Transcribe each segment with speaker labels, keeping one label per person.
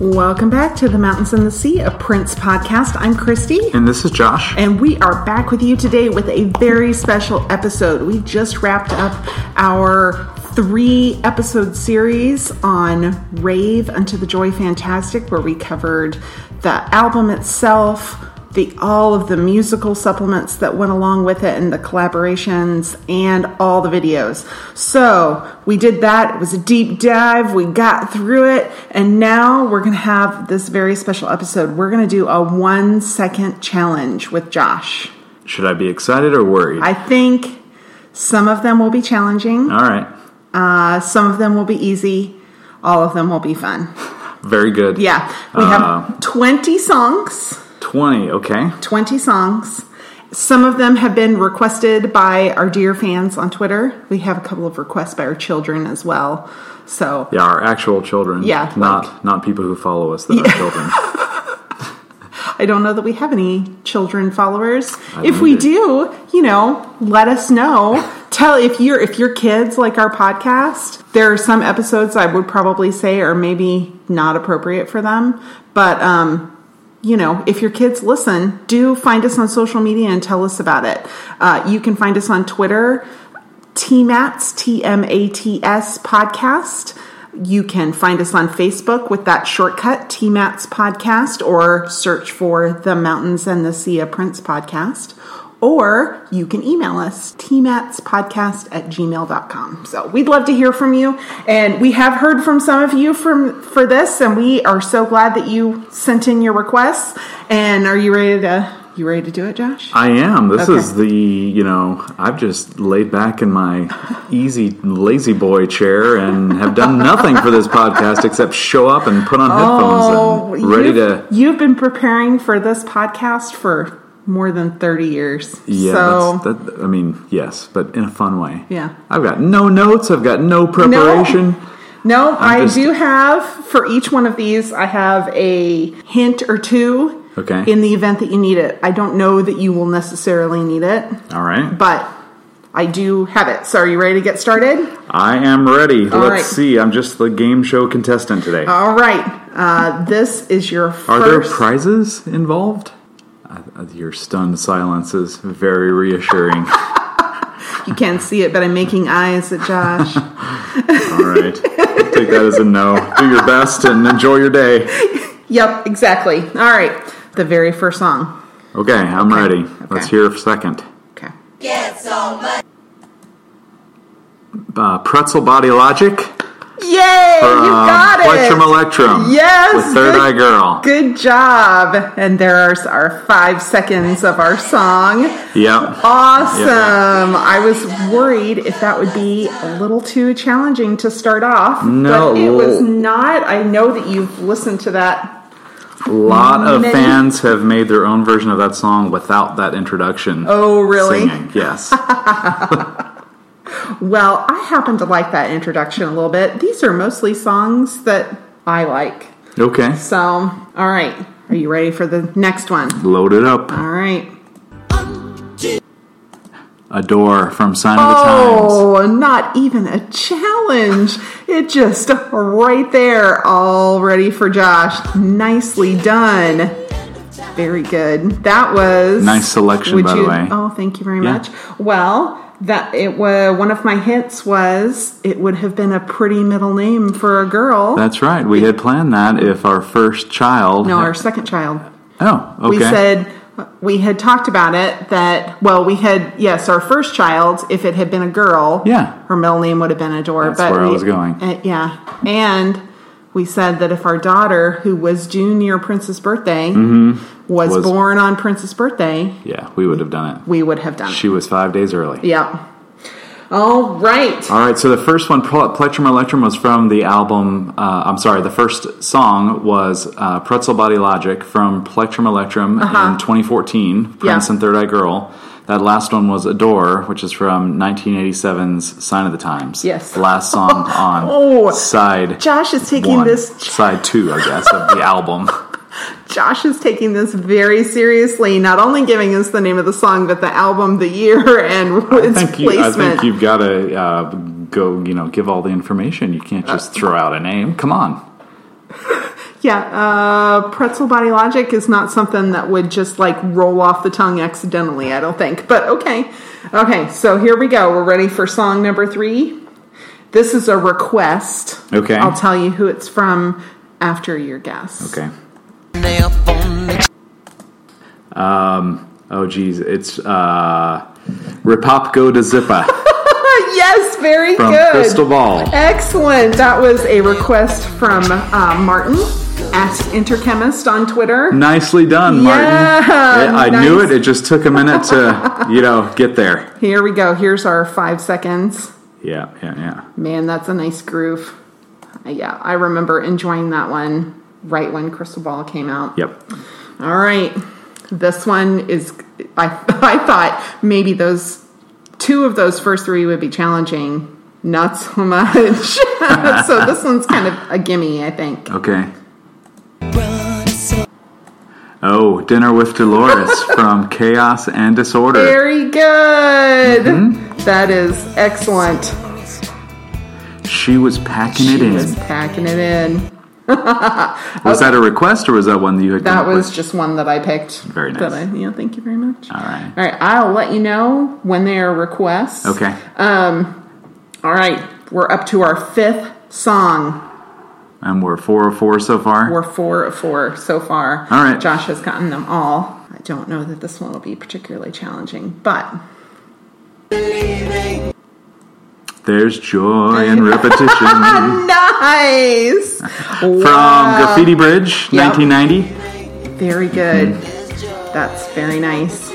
Speaker 1: Welcome back to the Mountains and the Sea, a Prince podcast. I'm Christy.
Speaker 2: And this is Josh.
Speaker 1: And we are back with you today with a very special episode. We just wrapped up our three episode series on Rave Unto the Joy Fantastic, where we covered the album itself, the all of the musical supplements that went along with it and the collaborations and all the videos. So we did that. It was a deep dive. We got through it. And now we're going to have this very special episode. We're going to do a one second challenge with Josh.
Speaker 2: Should I be excited or worried?
Speaker 1: I think some of them will be challenging,
Speaker 2: All right.
Speaker 1: uh, some of them will be easy, all of them will be fun.
Speaker 2: Very good.
Speaker 1: Yeah, we have 20 songs.
Speaker 2: 20. Okay.
Speaker 1: 20 songs. Some of them have been requested by our dear fans on Twitter. We have a couple of requests by our children as well. So,
Speaker 2: Yeah, our actual children.
Speaker 1: Yeah,
Speaker 2: Not not people who follow us that are children.
Speaker 1: I don't know that we have any children followers.
Speaker 2: I
Speaker 1: If we
Speaker 2: wonder.
Speaker 1: do, you know, let us know. Tell if you're if your kids like our podcast. There are some episodes I would probably say are maybe not appropriate for them, but um you know, if your kids listen, do find us on social media and tell us about it. Uh, you can find us on Twitter, TMATS, T M A T S podcast. You can find us on Facebook with that shortcut, TMATS podcast, or search for the Mountains and the Sea of Prince podcast. Or you can email us, tmatspodcast at gmail.com. So we'd love to hear from you. And we have heard from some of you from for this, and we are so glad that you sent in your requests. And are you ready to you ready to do it, Josh?
Speaker 2: I am. This
Speaker 1: Okay.
Speaker 2: is the, you know, I've just laid back in my easy lazy boy chair and have done nothing for this podcast except show up and put on
Speaker 1: Oh,
Speaker 2: headphones and ready
Speaker 1: you've,
Speaker 2: to
Speaker 1: You've been preparing for this podcast for more than 30 years.
Speaker 2: yeah,
Speaker 1: so
Speaker 2: that's, that, I mean, yes, but in a fun way.
Speaker 1: Yeah.
Speaker 2: I've got no notes. I've got no preparation.
Speaker 1: No, I
Speaker 2: just-
Speaker 1: do have for each one of these. I have a hint or two.
Speaker 2: Okay.
Speaker 1: In the event that you need it, I don't know that you will necessarily need it,
Speaker 2: All right.
Speaker 1: but I do have it. So, are you ready to get started?
Speaker 2: I am ready. Let's
Speaker 1: right.
Speaker 2: see. I'm just the game show contestant today.
Speaker 1: All right. Uh, this is your
Speaker 2: Are
Speaker 1: first.
Speaker 2: there prizes involved? Uh, uh, your stunned silence is very reassuring.
Speaker 1: you can't see it, but I'm making eyes at Josh.
Speaker 2: All right. Take that as a no. Do your best and enjoy your day.
Speaker 1: yep, exactly. All right. The very first song.
Speaker 2: Okay, I'm ready.
Speaker 1: okay.
Speaker 2: Let's hear a second.
Speaker 1: Okay.
Speaker 3: Get so much.
Speaker 2: Uh, pretzel Body Logic.
Speaker 1: Yay! you got it.
Speaker 2: Plectrum Electrum.
Speaker 1: Yes,
Speaker 2: With Third
Speaker 1: good-
Speaker 2: Eye Girl.
Speaker 1: Good job. And there's our five seconds of our song.
Speaker 2: Yep.
Speaker 1: Awesome. I was worried if that would be a little too challenging to start off.
Speaker 2: No.
Speaker 1: But it was not. I know that you've listened to that.
Speaker 2: A lot of
Speaker 1: Many-
Speaker 2: fans have made their own version of that song without that introduction.
Speaker 1: Oh, really?
Speaker 2: Singing. Yes.
Speaker 1: Well, I happen to like that introduction a little bit. These are mostly songs that I like.
Speaker 2: Okay.
Speaker 1: So, all right. Are you ready for the next one?
Speaker 2: Load it up.
Speaker 1: All right.
Speaker 2: A door from Sign of the Times.
Speaker 1: Oh, not even a challenge. It just right there, all ready for Josh. Nicely done. Very good. That was
Speaker 2: Nice selection,
Speaker 1: would
Speaker 2: by the
Speaker 1: you-
Speaker 2: way.
Speaker 1: Oh, thank you very
Speaker 2: Yeah.
Speaker 1: much. Well, that it was one of my hints was it would have been a pretty middle name for a girl.
Speaker 2: That's right. We had planned that if our first child.
Speaker 1: no, our second child.
Speaker 2: Oh, okay.
Speaker 1: We said we had talked about it that well we had yes our first child if it had been a girl
Speaker 2: Yeah.
Speaker 1: her middle name would have been Adore
Speaker 2: That's
Speaker 1: but
Speaker 2: where I
Speaker 1: we-
Speaker 2: was going.
Speaker 1: uh, yeah and we said that if our daughter who was junior Princess Birthday was,
Speaker 2: Mm-hmm. Was-
Speaker 1: born on Princess Birthday
Speaker 2: Yeah, we would have done it.
Speaker 1: we would have done
Speaker 2: She was five days early.
Speaker 1: it yeah all right
Speaker 2: All right, so the first one, Ple- Plectrum Electrum, was from the album. Uh, I'm sorry, the first song was uh, Pretzel Body Logic from Plectrum Electrum in 2014, Prince
Speaker 1: Uh-huh. Yeah.
Speaker 2: and Third Eye Girl. That last one was Adore, which is from 1987's Sign of the Times.
Speaker 1: Yes.
Speaker 2: The last song on
Speaker 1: Oh.
Speaker 2: side
Speaker 1: Josh is taking
Speaker 2: one,
Speaker 1: this
Speaker 2: side two, I guess, of the album.
Speaker 1: Josh is taking this very seriously, not only giving us the name of the song, but the album, the year, and its
Speaker 2: Thank you. I
Speaker 1: placement.
Speaker 2: think you've got to uh,
Speaker 1: Uh,
Speaker 2: go, you know, give all the information. You can't just throw out a name. Come on.
Speaker 1: Yeah, uh, pretzel body logic is not something that would just like roll off the tongue accidentally, I don't think. But okay. Okay, so here we go. We're ready for song number three. This is a request.
Speaker 2: Okay.
Speaker 1: I'll tell you who it's from after your guess.
Speaker 2: Okay. Um. Oh, geez. It's uh, Ripopko de Zippa
Speaker 1: yes, very
Speaker 2: from
Speaker 1: good.
Speaker 2: Crystal Ball.
Speaker 1: Excellent. That was a request from uh, Martin at Interchemist on Twitter.
Speaker 2: Nicely done, Martin.
Speaker 1: Yeah,
Speaker 2: Yeah, I knew
Speaker 1: nice.
Speaker 2: it. It just took a minute to, you know, get there.
Speaker 1: Here we go. Here's our five seconds.
Speaker 2: Yeah, yeah, yeah.
Speaker 1: Man, that's a nice groove. Uh, Yeah, I remember enjoying that one right when Crystal Ball came out.
Speaker 2: Yep.
Speaker 1: All right. This one is I I thought maybe those two of those first three would be challenging. Not so much. so this one's kind of a gimme, I think.
Speaker 2: Okay. Oh, Dinner with Dolores from Chaos and Disorder.
Speaker 1: Very good.
Speaker 2: Mm-hmm.
Speaker 1: That is excellent.
Speaker 2: She was packing it
Speaker 1: She
Speaker 2: in.
Speaker 1: was packing it in.
Speaker 2: Was that a request or was that one that you had come
Speaker 1: That
Speaker 2: up
Speaker 1: was
Speaker 2: with?
Speaker 1: just one that I picked.
Speaker 2: Very nice. Uh,
Speaker 1: That I, yeah, thank you very much.
Speaker 2: All right.
Speaker 1: All right, I'll let you know when they are requests.
Speaker 2: Okay.
Speaker 1: Uh, All right, we're up to our fifth song.
Speaker 2: and we're 4 of 4 so far.
Speaker 1: We're four of four so far.
Speaker 2: All right.
Speaker 1: Josh has gotten them all. I don't know that this one will be particularly challenging, but
Speaker 2: There's joy in repetition.
Speaker 1: nice.
Speaker 2: From Graffiti Bridge,
Speaker 1: Yep.
Speaker 2: 1990.
Speaker 1: Very good. That's very nice.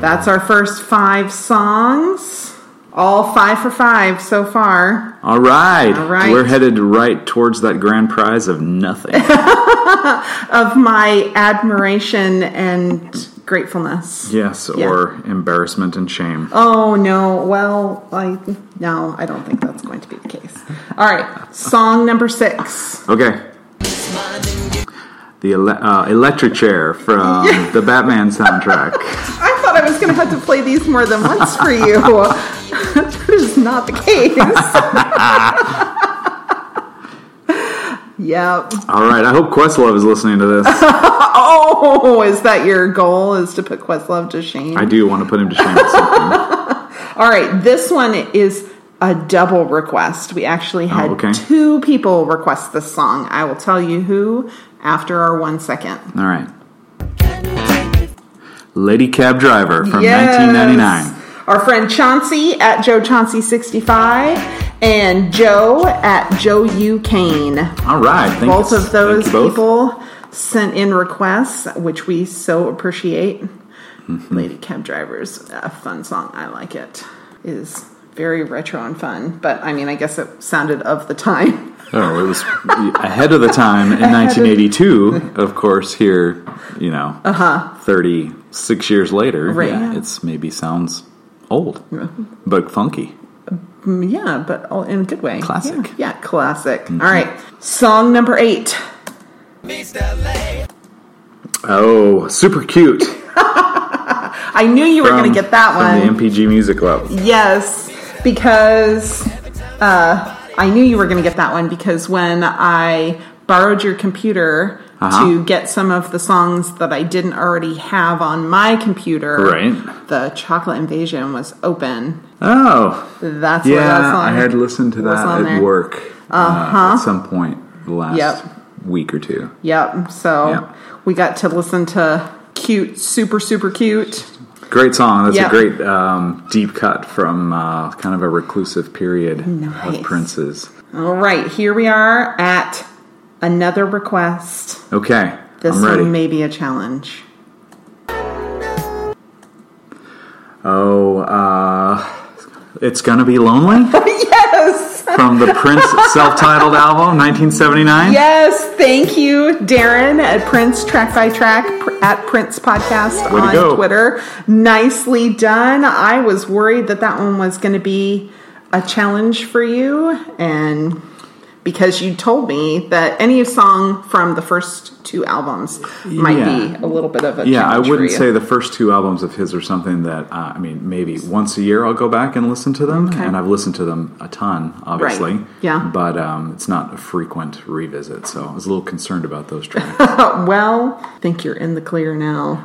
Speaker 1: That's our first five songs. All five for five so far.
Speaker 2: All right.
Speaker 1: All right.
Speaker 2: We're headed right towards that grand prize of nothing.
Speaker 1: Of my admiration and gratefulness.
Speaker 2: yes,
Speaker 1: Yeah.
Speaker 2: or embarrassment and shame.
Speaker 1: Oh no, well, I no, I don't think that's going to be the case. All right, song number six.
Speaker 2: Okay. The ele- uh, electric chair from the Batman soundtrack.
Speaker 1: I thought I was going to have to play these more than once for you. that is not the case. yep.
Speaker 2: All right. I hope Questlove is listening to this.
Speaker 1: Oh, is that your goal? Is to put Questlove to shame?
Speaker 2: I do want to put him to shame. at some point.
Speaker 1: All right, this one is a double request. We actually had
Speaker 2: Oh, okay.
Speaker 1: two people request this song. I will tell you who after our one second.
Speaker 2: All right. Lady Cab Driver from
Speaker 1: Yes.
Speaker 2: 1999.
Speaker 1: Our friend Chauncey at Joe Chauncey65 and Joe at Joe U. Kane.
Speaker 2: All right. Thank
Speaker 1: Both
Speaker 2: you-
Speaker 1: of those
Speaker 2: thank you both.
Speaker 1: people sent in requests, which we so appreciate.
Speaker 2: Mm-hmm.
Speaker 1: Lady Cab Driver's a fun song. I like it. It is very retro and fun, but I mean, I guess it sounded of the time.
Speaker 2: Oh, it was ahead of the time in 1982. Of course, here, you know, uh-huh. 36 years later,
Speaker 1: Right.
Speaker 2: yeah, it's maybe sounds old, but funky.
Speaker 1: Mm, Yeah, but all in a good way.
Speaker 2: Classic. Mm-hmm.
Speaker 1: Yeah, yeah, classic. All right. Song number eight.
Speaker 2: Oh, super cute. Um,
Speaker 1: I knew you were going to get that one.
Speaker 2: From the MPG Music Club.
Speaker 1: Yes, because uh, I knew you were going to get that one because when I borrowed your computer
Speaker 2: Uh-huh.
Speaker 1: to get some of the songs that I didn't already have on my computer,
Speaker 2: Right.
Speaker 1: the Chocolate Invasion was open.
Speaker 2: Oh,
Speaker 1: That's where that
Speaker 2: yeah.
Speaker 1: song
Speaker 2: I had listened to
Speaker 1: was
Speaker 2: that
Speaker 1: on
Speaker 2: at
Speaker 1: there. Uh-huh.
Speaker 2: work uh, at some point the last
Speaker 1: Yep.
Speaker 2: week or two.
Speaker 1: Yep. So
Speaker 2: Yeah.
Speaker 1: we got to listen to cute, super, super cute.
Speaker 2: Great song. That's
Speaker 1: Yeah.
Speaker 2: a great um, deep cut from uh, kind of a reclusive period
Speaker 1: Nice.
Speaker 2: of Prince's.
Speaker 1: All right, here we are at another request.
Speaker 2: Okay,
Speaker 1: This
Speaker 2: I'm ready.
Speaker 1: one may be a challenge.
Speaker 2: Oh, uh, it's gonna be lonely
Speaker 1: yes.
Speaker 2: from the Prince self-titled album, 1979.
Speaker 1: Yes, thank you, Darren at Prince Track by Track pr- at Prince Podcast
Speaker 2: Way to
Speaker 1: on
Speaker 2: go.
Speaker 1: Twitter. Nicely done. I was worried that that one was going to be a challenge for you, and because you told me that any song from the first two albums might
Speaker 2: Yeah.
Speaker 1: be a little bit of a
Speaker 2: Yeah, I
Speaker 1: challenge for
Speaker 2: wouldn't
Speaker 1: you.
Speaker 2: say the first two albums of his are something that uh, I mean. Maybe once a year I'll go back and listen to them, and I've listened to them a ton, obviously.
Speaker 1: yeah.
Speaker 2: but um, it's not a frequent revisit, so I was a little concerned about those tracks.
Speaker 1: Well, I think you're in the clear now.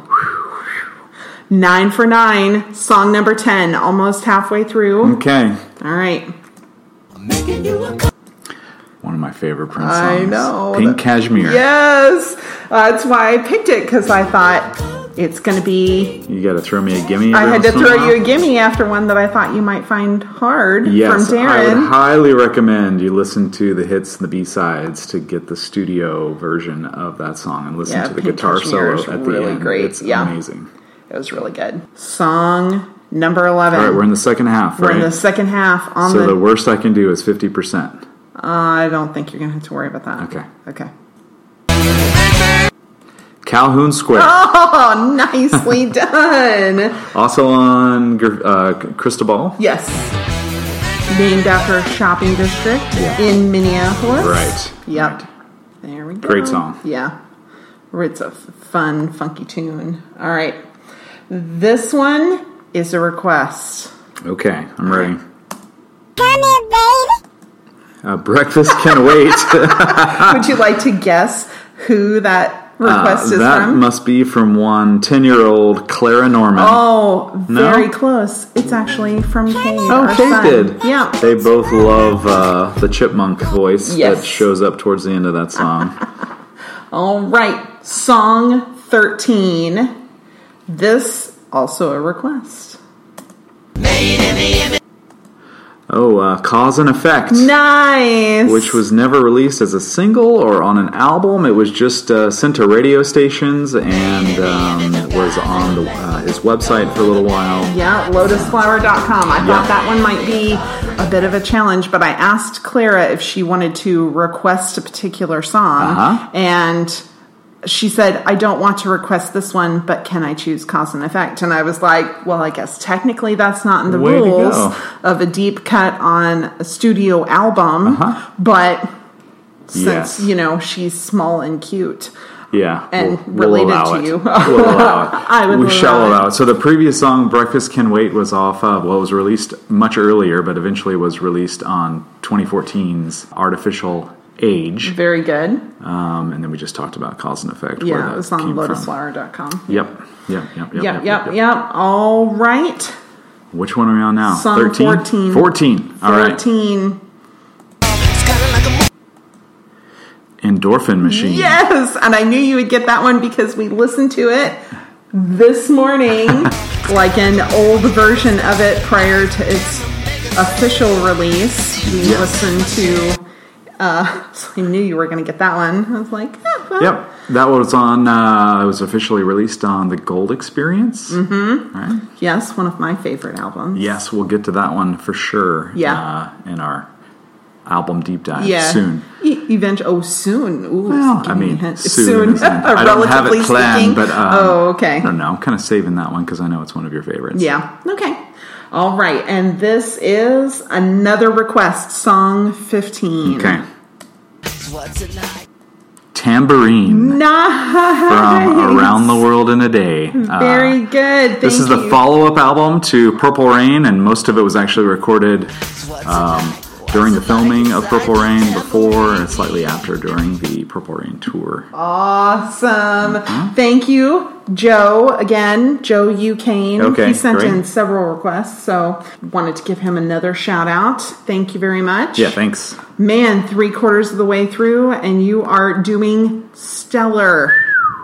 Speaker 1: Nine for nine, song number 10, almost halfway through.
Speaker 2: okay,
Speaker 1: All right.
Speaker 3: Making you a cup.
Speaker 2: one of my favorite Prince
Speaker 1: I
Speaker 2: songs.
Speaker 1: know.
Speaker 2: Pink Cashmere.
Speaker 1: Yes! Uh, That's why I picked it because I thought it's going to be.
Speaker 2: You got to throw me a gimme.
Speaker 1: I
Speaker 2: every
Speaker 1: had to
Speaker 2: once in
Speaker 1: throw
Speaker 2: while.
Speaker 1: you a gimme after one that I thought you might find hard
Speaker 2: Yes,
Speaker 1: from
Speaker 2: I would
Speaker 1: Darren.
Speaker 2: highly recommend you listen to the hits and the B sides to get the studio version of that song and listen
Speaker 1: Yeah,
Speaker 2: to the
Speaker 1: Pink
Speaker 2: guitar
Speaker 1: Cashmere
Speaker 2: solo
Speaker 1: is
Speaker 2: at the
Speaker 1: really
Speaker 2: end.
Speaker 1: great,
Speaker 2: It's
Speaker 1: yeah.
Speaker 2: amazing.
Speaker 1: It was really good. Song number 11.
Speaker 2: All right,
Speaker 1: we're
Speaker 2: we're in the second half, right?
Speaker 1: in the second half on
Speaker 2: so
Speaker 1: the. uh,
Speaker 2: the worst I can do is fifty percent.
Speaker 1: I don't think you're going to have to worry about that.
Speaker 2: Okay.
Speaker 1: Okay.
Speaker 2: Calhoun Square,
Speaker 1: Oh, nicely done.
Speaker 2: also on Gr- uh, Cristobal.
Speaker 1: Yes. Named after a shopping district in Minneapolis.
Speaker 2: Right.
Speaker 1: Yep.
Speaker 2: Right.
Speaker 1: There we go.
Speaker 2: Great song.
Speaker 1: Yeah. It's a f- fun, funky tune. All right. This one is a request.
Speaker 2: Okay, I'm ready.
Speaker 3: Come here, baby.
Speaker 2: Uh, breakfast can wait. Uh, Ah.
Speaker 1: Would you like to guess who that request
Speaker 2: Uh,
Speaker 1: is
Speaker 2: that
Speaker 1: from?
Speaker 2: must be from one 10 year old Clara Norman.
Speaker 1: oh,
Speaker 2: No?
Speaker 1: very close. It's actually from Kate.
Speaker 2: Oh,
Speaker 1: our
Speaker 2: Kate
Speaker 1: son.
Speaker 2: did.
Speaker 1: Yeah.
Speaker 2: They both love uh, the chipmunk voice
Speaker 1: Yes.
Speaker 2: that shows up towards the end of that song.
Speaker 1: All right, song 13. This also a request.
Speaker 2: oh, uh, Cause and Effect.
Speaker 1: Nice.
Speaker 2: Which was never released as a single or on an album. It was just uh, sent to radio stations and um, was on the, uh, his website for a little while.
Speaker 1: yeah, lotusflower.com. I thought that one might be a bit of a challenge, but I asked Clara if she wanted to request a particular song
Speaker 2: Uh-huh.
Speaker 1: and she said, I don't want to request this one, but can I choose cause and effect? And I was like, well, I guess technically that's not in the
Speaker 2: Way to
Speaker 1: rules
Speaker 2: go.
Speaker 1: of a deep cut on a studio album, but since,
Speaker 2: Uh-huh. Yes.
Speaker 1: you know, she's small and cute.
Speaker 2: Yeah,
Speaker 1: and
Speaker 2: we'll
Speaker 1: related
Speaker 2: allow
Speaker 1: to
Speaker 2: it.
Speaker 1: you.
Speaker 2: We'll allow it.
Speaker 1: I would
Speaker 2: we
Speaker 1: allow
Speaker 2: shall
Speaker 1: it.
Speaker 2: allow it. So the previous song, "Breakfast Can Wait," was off of well, it was released much earlier, but eventually was released on 2014's "Artificial Age,"
Speaker 1: Very good.
Speaker 2: um, and then we just talked about cause and effect. where
Speaker 1: Yeah,
Speaker 2: that
Speaker 1: it was on
Speaker 2: came from.
Speaker 1: lotusflower.com.
Speaker 2: Yep. Yep. Yep. Yep. Yep.
Speaker 1: Yep, yep, yep. All right.
Speaker 2: Which one are we on now?
Speaker 1: Song 14.
Speaker 2: 14. 14. All right.
Speaker 1: 14.
Speaker 3: It's kinda like a mo-
Speaker 1: Mm-hmm.
Speaker 2: Endorphin Machine.
Speaker 1: Yes, and I knew you would get that one because we listened to it this morning, like an old version of it prior to its official release. We
Speaker 2: Yes.
Speaker 1: listened to. Uh, so I knew you were going to get that one. I was like, "Ah, well,
Speaker 2: Yep. That was on. Uh, it was officially released on the Gold Experience.
Speaker 1: Mm-hmm. yes, one of my favorite albums.
Speaker 2: Yes, we'll get to that one for sure.
Speaker 1: Yeah.
Speaker 2: uh, in our album deep dive
Speaker 1: yeah.
Speaker 2: soon.
Speaker 1: E- event. Oh, soon. Ooh,
Speaker 2: Well, I
Speaker 1: give me a
Speaker 2: mean,
Speaker 1: hint.
Speaker 2: soon. isn't- I don't have it planned, but um,
Speaker 1: oh, okay.
Speaker 2: I don't know. I'm kind of saving that one because I know it's one of your favorites.
Speaker 1: Yeah. Okay. All right. And this is another request, song 15.
Speaker 2: Okay.
Speaker 3: What's it like?
Speaker 1: Mm-hmm.
Speaker 2: Tambourine
Speaker 1: Nice.
Speaker 2: from Around the World in a Day. Uh,
Speaker 1: Mm-hmm. Very good. Thank
Speaker 2: this is the
Speaker 1: you.
Speaker 2: follow up album to Purple Rain, and most of it was actually recorded
Speaker 3: What's
Speaker 2: um, during the filming of Purple Rain, before, and slightly after during the Purple Rain tour.
Speaker 1: Awesome.
Speaker 2: Uh-huh.
Speaker 1: Thank you, Joe. Again, Joe Ucane.
Speaker 2: Okay,
Speaker 1: He sent
Speaker 2: great.
Speaker 1: in several requests, so wanted to give him another shout out. Thank you very much.
Speaker 2: Yeah, thanks.
Speaker 1: Man, three quarters of the way through, and you are doing stellar.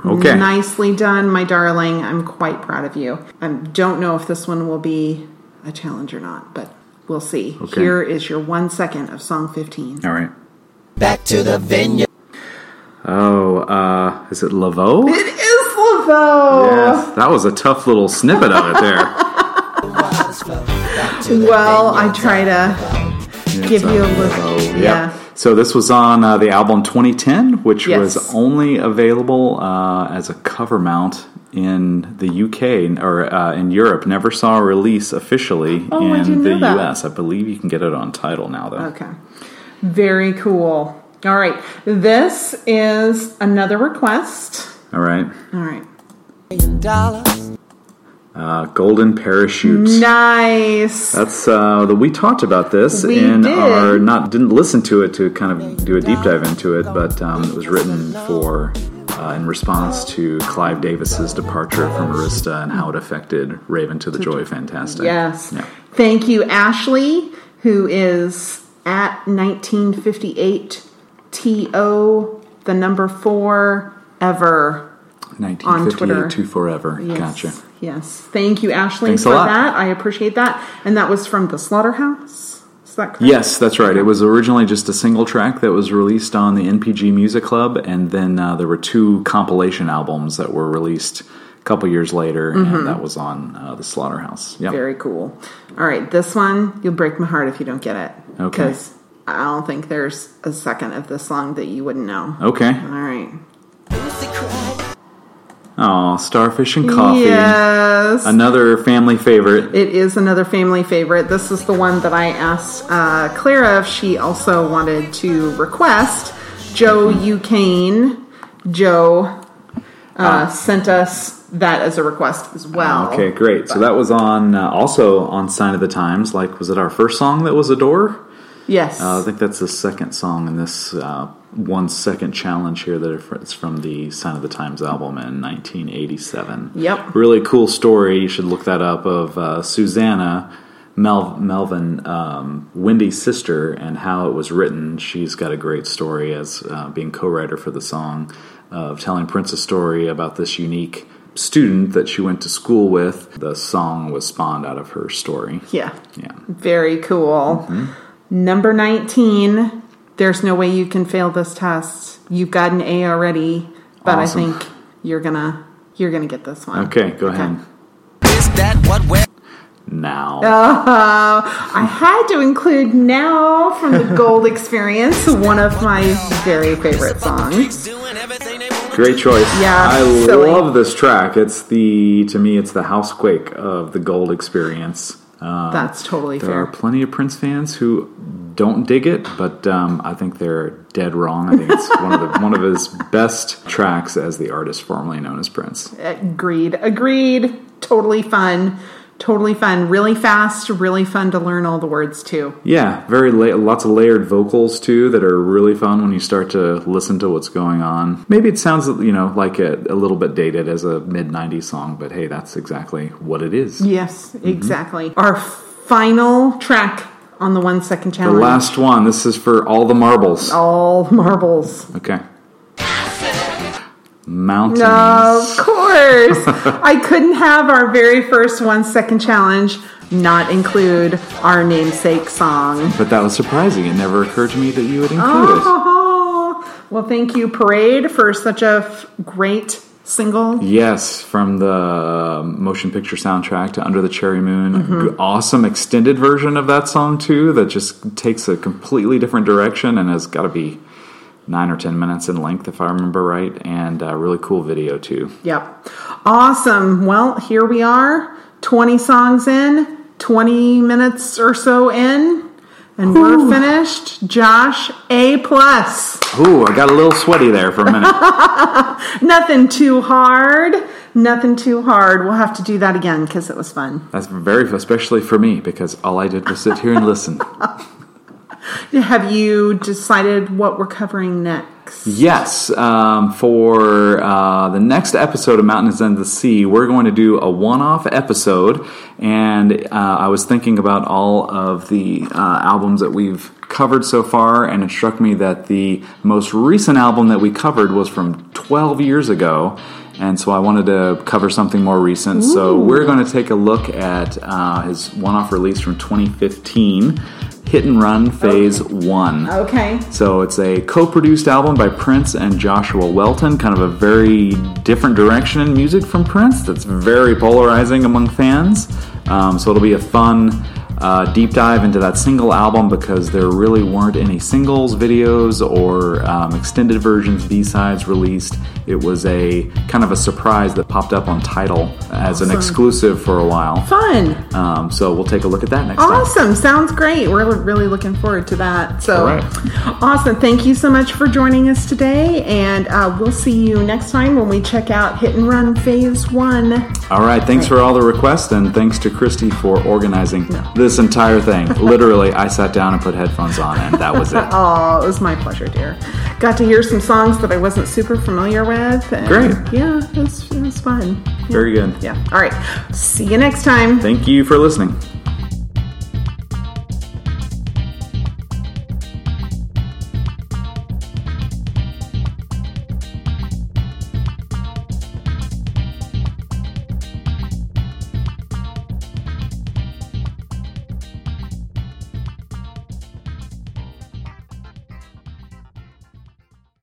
Speaker 2: Okay.
Speaker 1: Nicely done, my darling. I'm quite proud of you. I don't know if this one will be a challenge or not, but we'll see.
Speaker 2: Okay.
Speaker 1: Here is your one second of song 15.
Speaker 2: All right.
Speaker 3: Back to the vineyard.
Speaker 2: Oh, uh, is it Laveau?
Speaker 1: It is Laveau.
Speaker 2: Yes, that was a tough little snippet of it there.
Speaker 3: Waters flow. Back to the
Speaker 1: Well, I
Speaker 3: vineyard.
Speaker 1: try to give you a little.
Speaker 2: Oh, Yeah.
Speaker 1: yeah.
Speaker 2: So this was on uh, the album 2010, which
Speaker 1: Yes.
Speaker 2: was only available uh, as a cover mount in the UK or uh, in Europe. Never saw a release officially
Speaker 1: Oh, I
Speaker 2: in
Speaker 1: didn't
Speaker 2: the
Speaker 1: know that.
Speaker 2: US. I believe you can get it on title now, though.
Speaker 1: Okay. Very cool. All right. This is another request.
Speaker 2: All right.
Speaker 1: All right.
Speaker 3: million dollars.
Speaker 2: Uh, Golden Parachutes.
Speaker 1: Nice.
Speaker 2: That's uh, the we talked about this
Speaker 1: We
Speaker 2: in
Speaker 1: did.
Speaker 2: our not didn't listen to it to kind of do a deep dive into it, but um, it was written for uh, in response to Clive Davis's departure from Arista and how it affected Raven to the Joy Fantastic.
Speaker 1: Yes.
Speaker 2: Yeah.
Speaker 1: Thank you, Ashley, who is at 1958 TO, the number four ever. On
Speaker 2: 1958
Speaker 1: Twitter.
Speaker 2: to forever.
Speaker 1: Yes.
Speaker 2: Gotcha.
Speaker 1: Yes. Thank you, Ashley,
Speaker 2: Thanks a
Speaker 1: for
Speaker 2: lot.
Speaker 1: that. I appreciate that. And that was from the Slaughterhouse. Is that correct?
Speaker 2: Yes, that's right. It was originally just a single track that was released on the NPG Music Club, and then uh, there were two compilation albums that were released a couple years later, and that was on uh, the Slaughterhouse. Yep.
Speaker 1: Mm-hmm. Very cool. All right, this one you'll break my heart if you don't get it.
Speaker 2: Okay.
Speaker 1: Because I don't think there's a second of this song that you wouldn't know.
Speaker 2: Okay.
Speaker 1: All right.
Speaker 3: Lucy cried.
Speaker 2: Oh, starfish and coffee.
Speaker 1: Yes.
Speaker 2: Another family favorite.
Speaker 1: It is another family favorite. This is the one that I asked uh, Clara if she also wanted to request. Joe Ucane, Joe uh, sent us that as a request as well.
Speaker 2: Ah, Okay, great. So that was on uh, also on Sign of the Times. Like, was it our first song that was Adore?
Speaker 1: Yes.
Speaker 2: Uh, I think that's the second song in this uh, one second challenge here that are fr- it's from the Sign of the Times album in 1987.
Speaker 1: Yep.
Speaker 2: Really cool story. You should look that up of uh, Susanna. Mel- Melvin, um, Wendy's sister, and how it was written. She's got a great story as uh, being co-writer for the song, of telling Prince a story about this unique student that she went to school with. The song was spawned out of her story.
Speaker 1: yeah.
Speaker 2: Yeah.
Speaker 1: Very cool.
Speaker 2: Mm-hmm.
Speaker 1: Number 19, there's no way you can fail this test. You've got an A already, but
Speaker 2: Awesome.
Speaker 1: I think you're going to you're going to get this one.
Speaker 2: Okay, go ahead.
Speaker 3: Is that what we're
Speaker 2: Now.
Speaker 1: I had to include now from the Gold Experience, one of my very favorite songs.
Speaker 3: doing? Everything they wanna
Speaker 2: Great
Speaker 3: do.
Speaker 2: choice.
Speaker 1: Yeah,
Speaker 2: I
Speaker 1: silly.
Speaker 2: love this track. It's the to me, it's the housequake of the Gold Experience. Um,
Speaker 1: That's totally
Speaker 2: there are
Speaker 1: fair.
Speaker 2: plenty of Prince fans who don't dig it, but um, I think they're dead wrong. I think it's one of the, one of his best tracks as the artist formerly known as Prince.
Speaker 1: Agreed. Agreed. Totally fun. Totally fun. Really fast. Really fun to learn all the words to.
Speaker 2: Yeah, very la- lots of layered vocals too that are really fun when you start to listen to what's going on. Maybe it sounds you know like a, a little bit dated as a mid '90s song, but hey, that's exactly what it is.
Speaker 1: Yes,
Speaker 2: Mm-hmm.
Speaker 1: exactly. Our final track on the one second
Speaker 2: The
Speaker 1: challenge.
Speaker 2: last one. This is for all the marbles.
Speaker 1: Oh. all marbles.
Speaker 2: Okay. Mountains.
Speaker 1: Of course. I couldn't have our very first one second challenge not include our namesake song.
Speaker 2: But that was surprising. It never occurred to me that you would include it.
Speaker 1: Oh, well, thank you, Parade, for such a f- great single.
Speaker 2: Yes, from the um, motion picture soundtrack to Under the Cherry Moon. G- Awesome extended version of that song, too, that just takes a completely different direction and has got to be nine or ten minutes in length, if I remember right. And a really cool video, too.
Speaker 1: Yep. Awesome. Well, here we are, 20 songs in, 20 minutes or so in, and we're finished. Josh, A plus.
Speaker 2: Ooh, I got a little sweaty there for a minute.
Speaker 1: Nothing too hard. Nothing too hard. We'll have to do that again because it was fun.
Speaker 2: That's very, especially for me, because all I did was sit here and listen.
Speaker 1: Have you decided what we're covering next?
Speaker 2: Yes, um, for uh, the next episode of Mountains and the Sea, we're going to do a one off episode. And uh, I was thinking about all of the uh, albums that we've covered so far, and it struck me that the most recent album that we covered was from 12 years ago. And so I wanted to cover something more recent. So we're going to take a look at uh, his one off release from 2015 Hit and Run Phase 1.
Speaker 1: Okay.
Speaker 2: So it's a co-produced album by Prince and Joshua Welton, kind of a very different direction in music from Prince. That's very polarizing among fans. Um, so it'll be a fun uh, deep dive into that single album because there really weren't any singles, videos, or um, extended versions, B sides released. It was a kind of a surprise that popped up on Title as an
Speaker 1: Awesome.
Speaker 2: exclusive for a while.
Speaker 1: Fun.
Speaker 2: Um, so we'll take a look at that next time.
Speaker 1: Awesome. Sounds great. We're really looking forward to that. So,
Speaker 2: All right.
Speaker 1: awesome. Thank you so much for joining us today. And uh, we'll see you next time when we check out Hit and Run Phase 1.
Speaker 2: All right, thanks for all the requests, and thanks to Christy for organizing this entire thing. Literally, I sat down and put headphones on, and that was it.
Speaker 1: Oh, it was my pleasure, dear. Got to hear some songs that I wasn't super familiar with. and
Speaker 2: Great.
Speaker 1: Yeah, it was, it was fun.
Speaker 2: Very good.
Speaker 1: Yeah. All right. See you next time.
Speaker 2: Thank you for listening.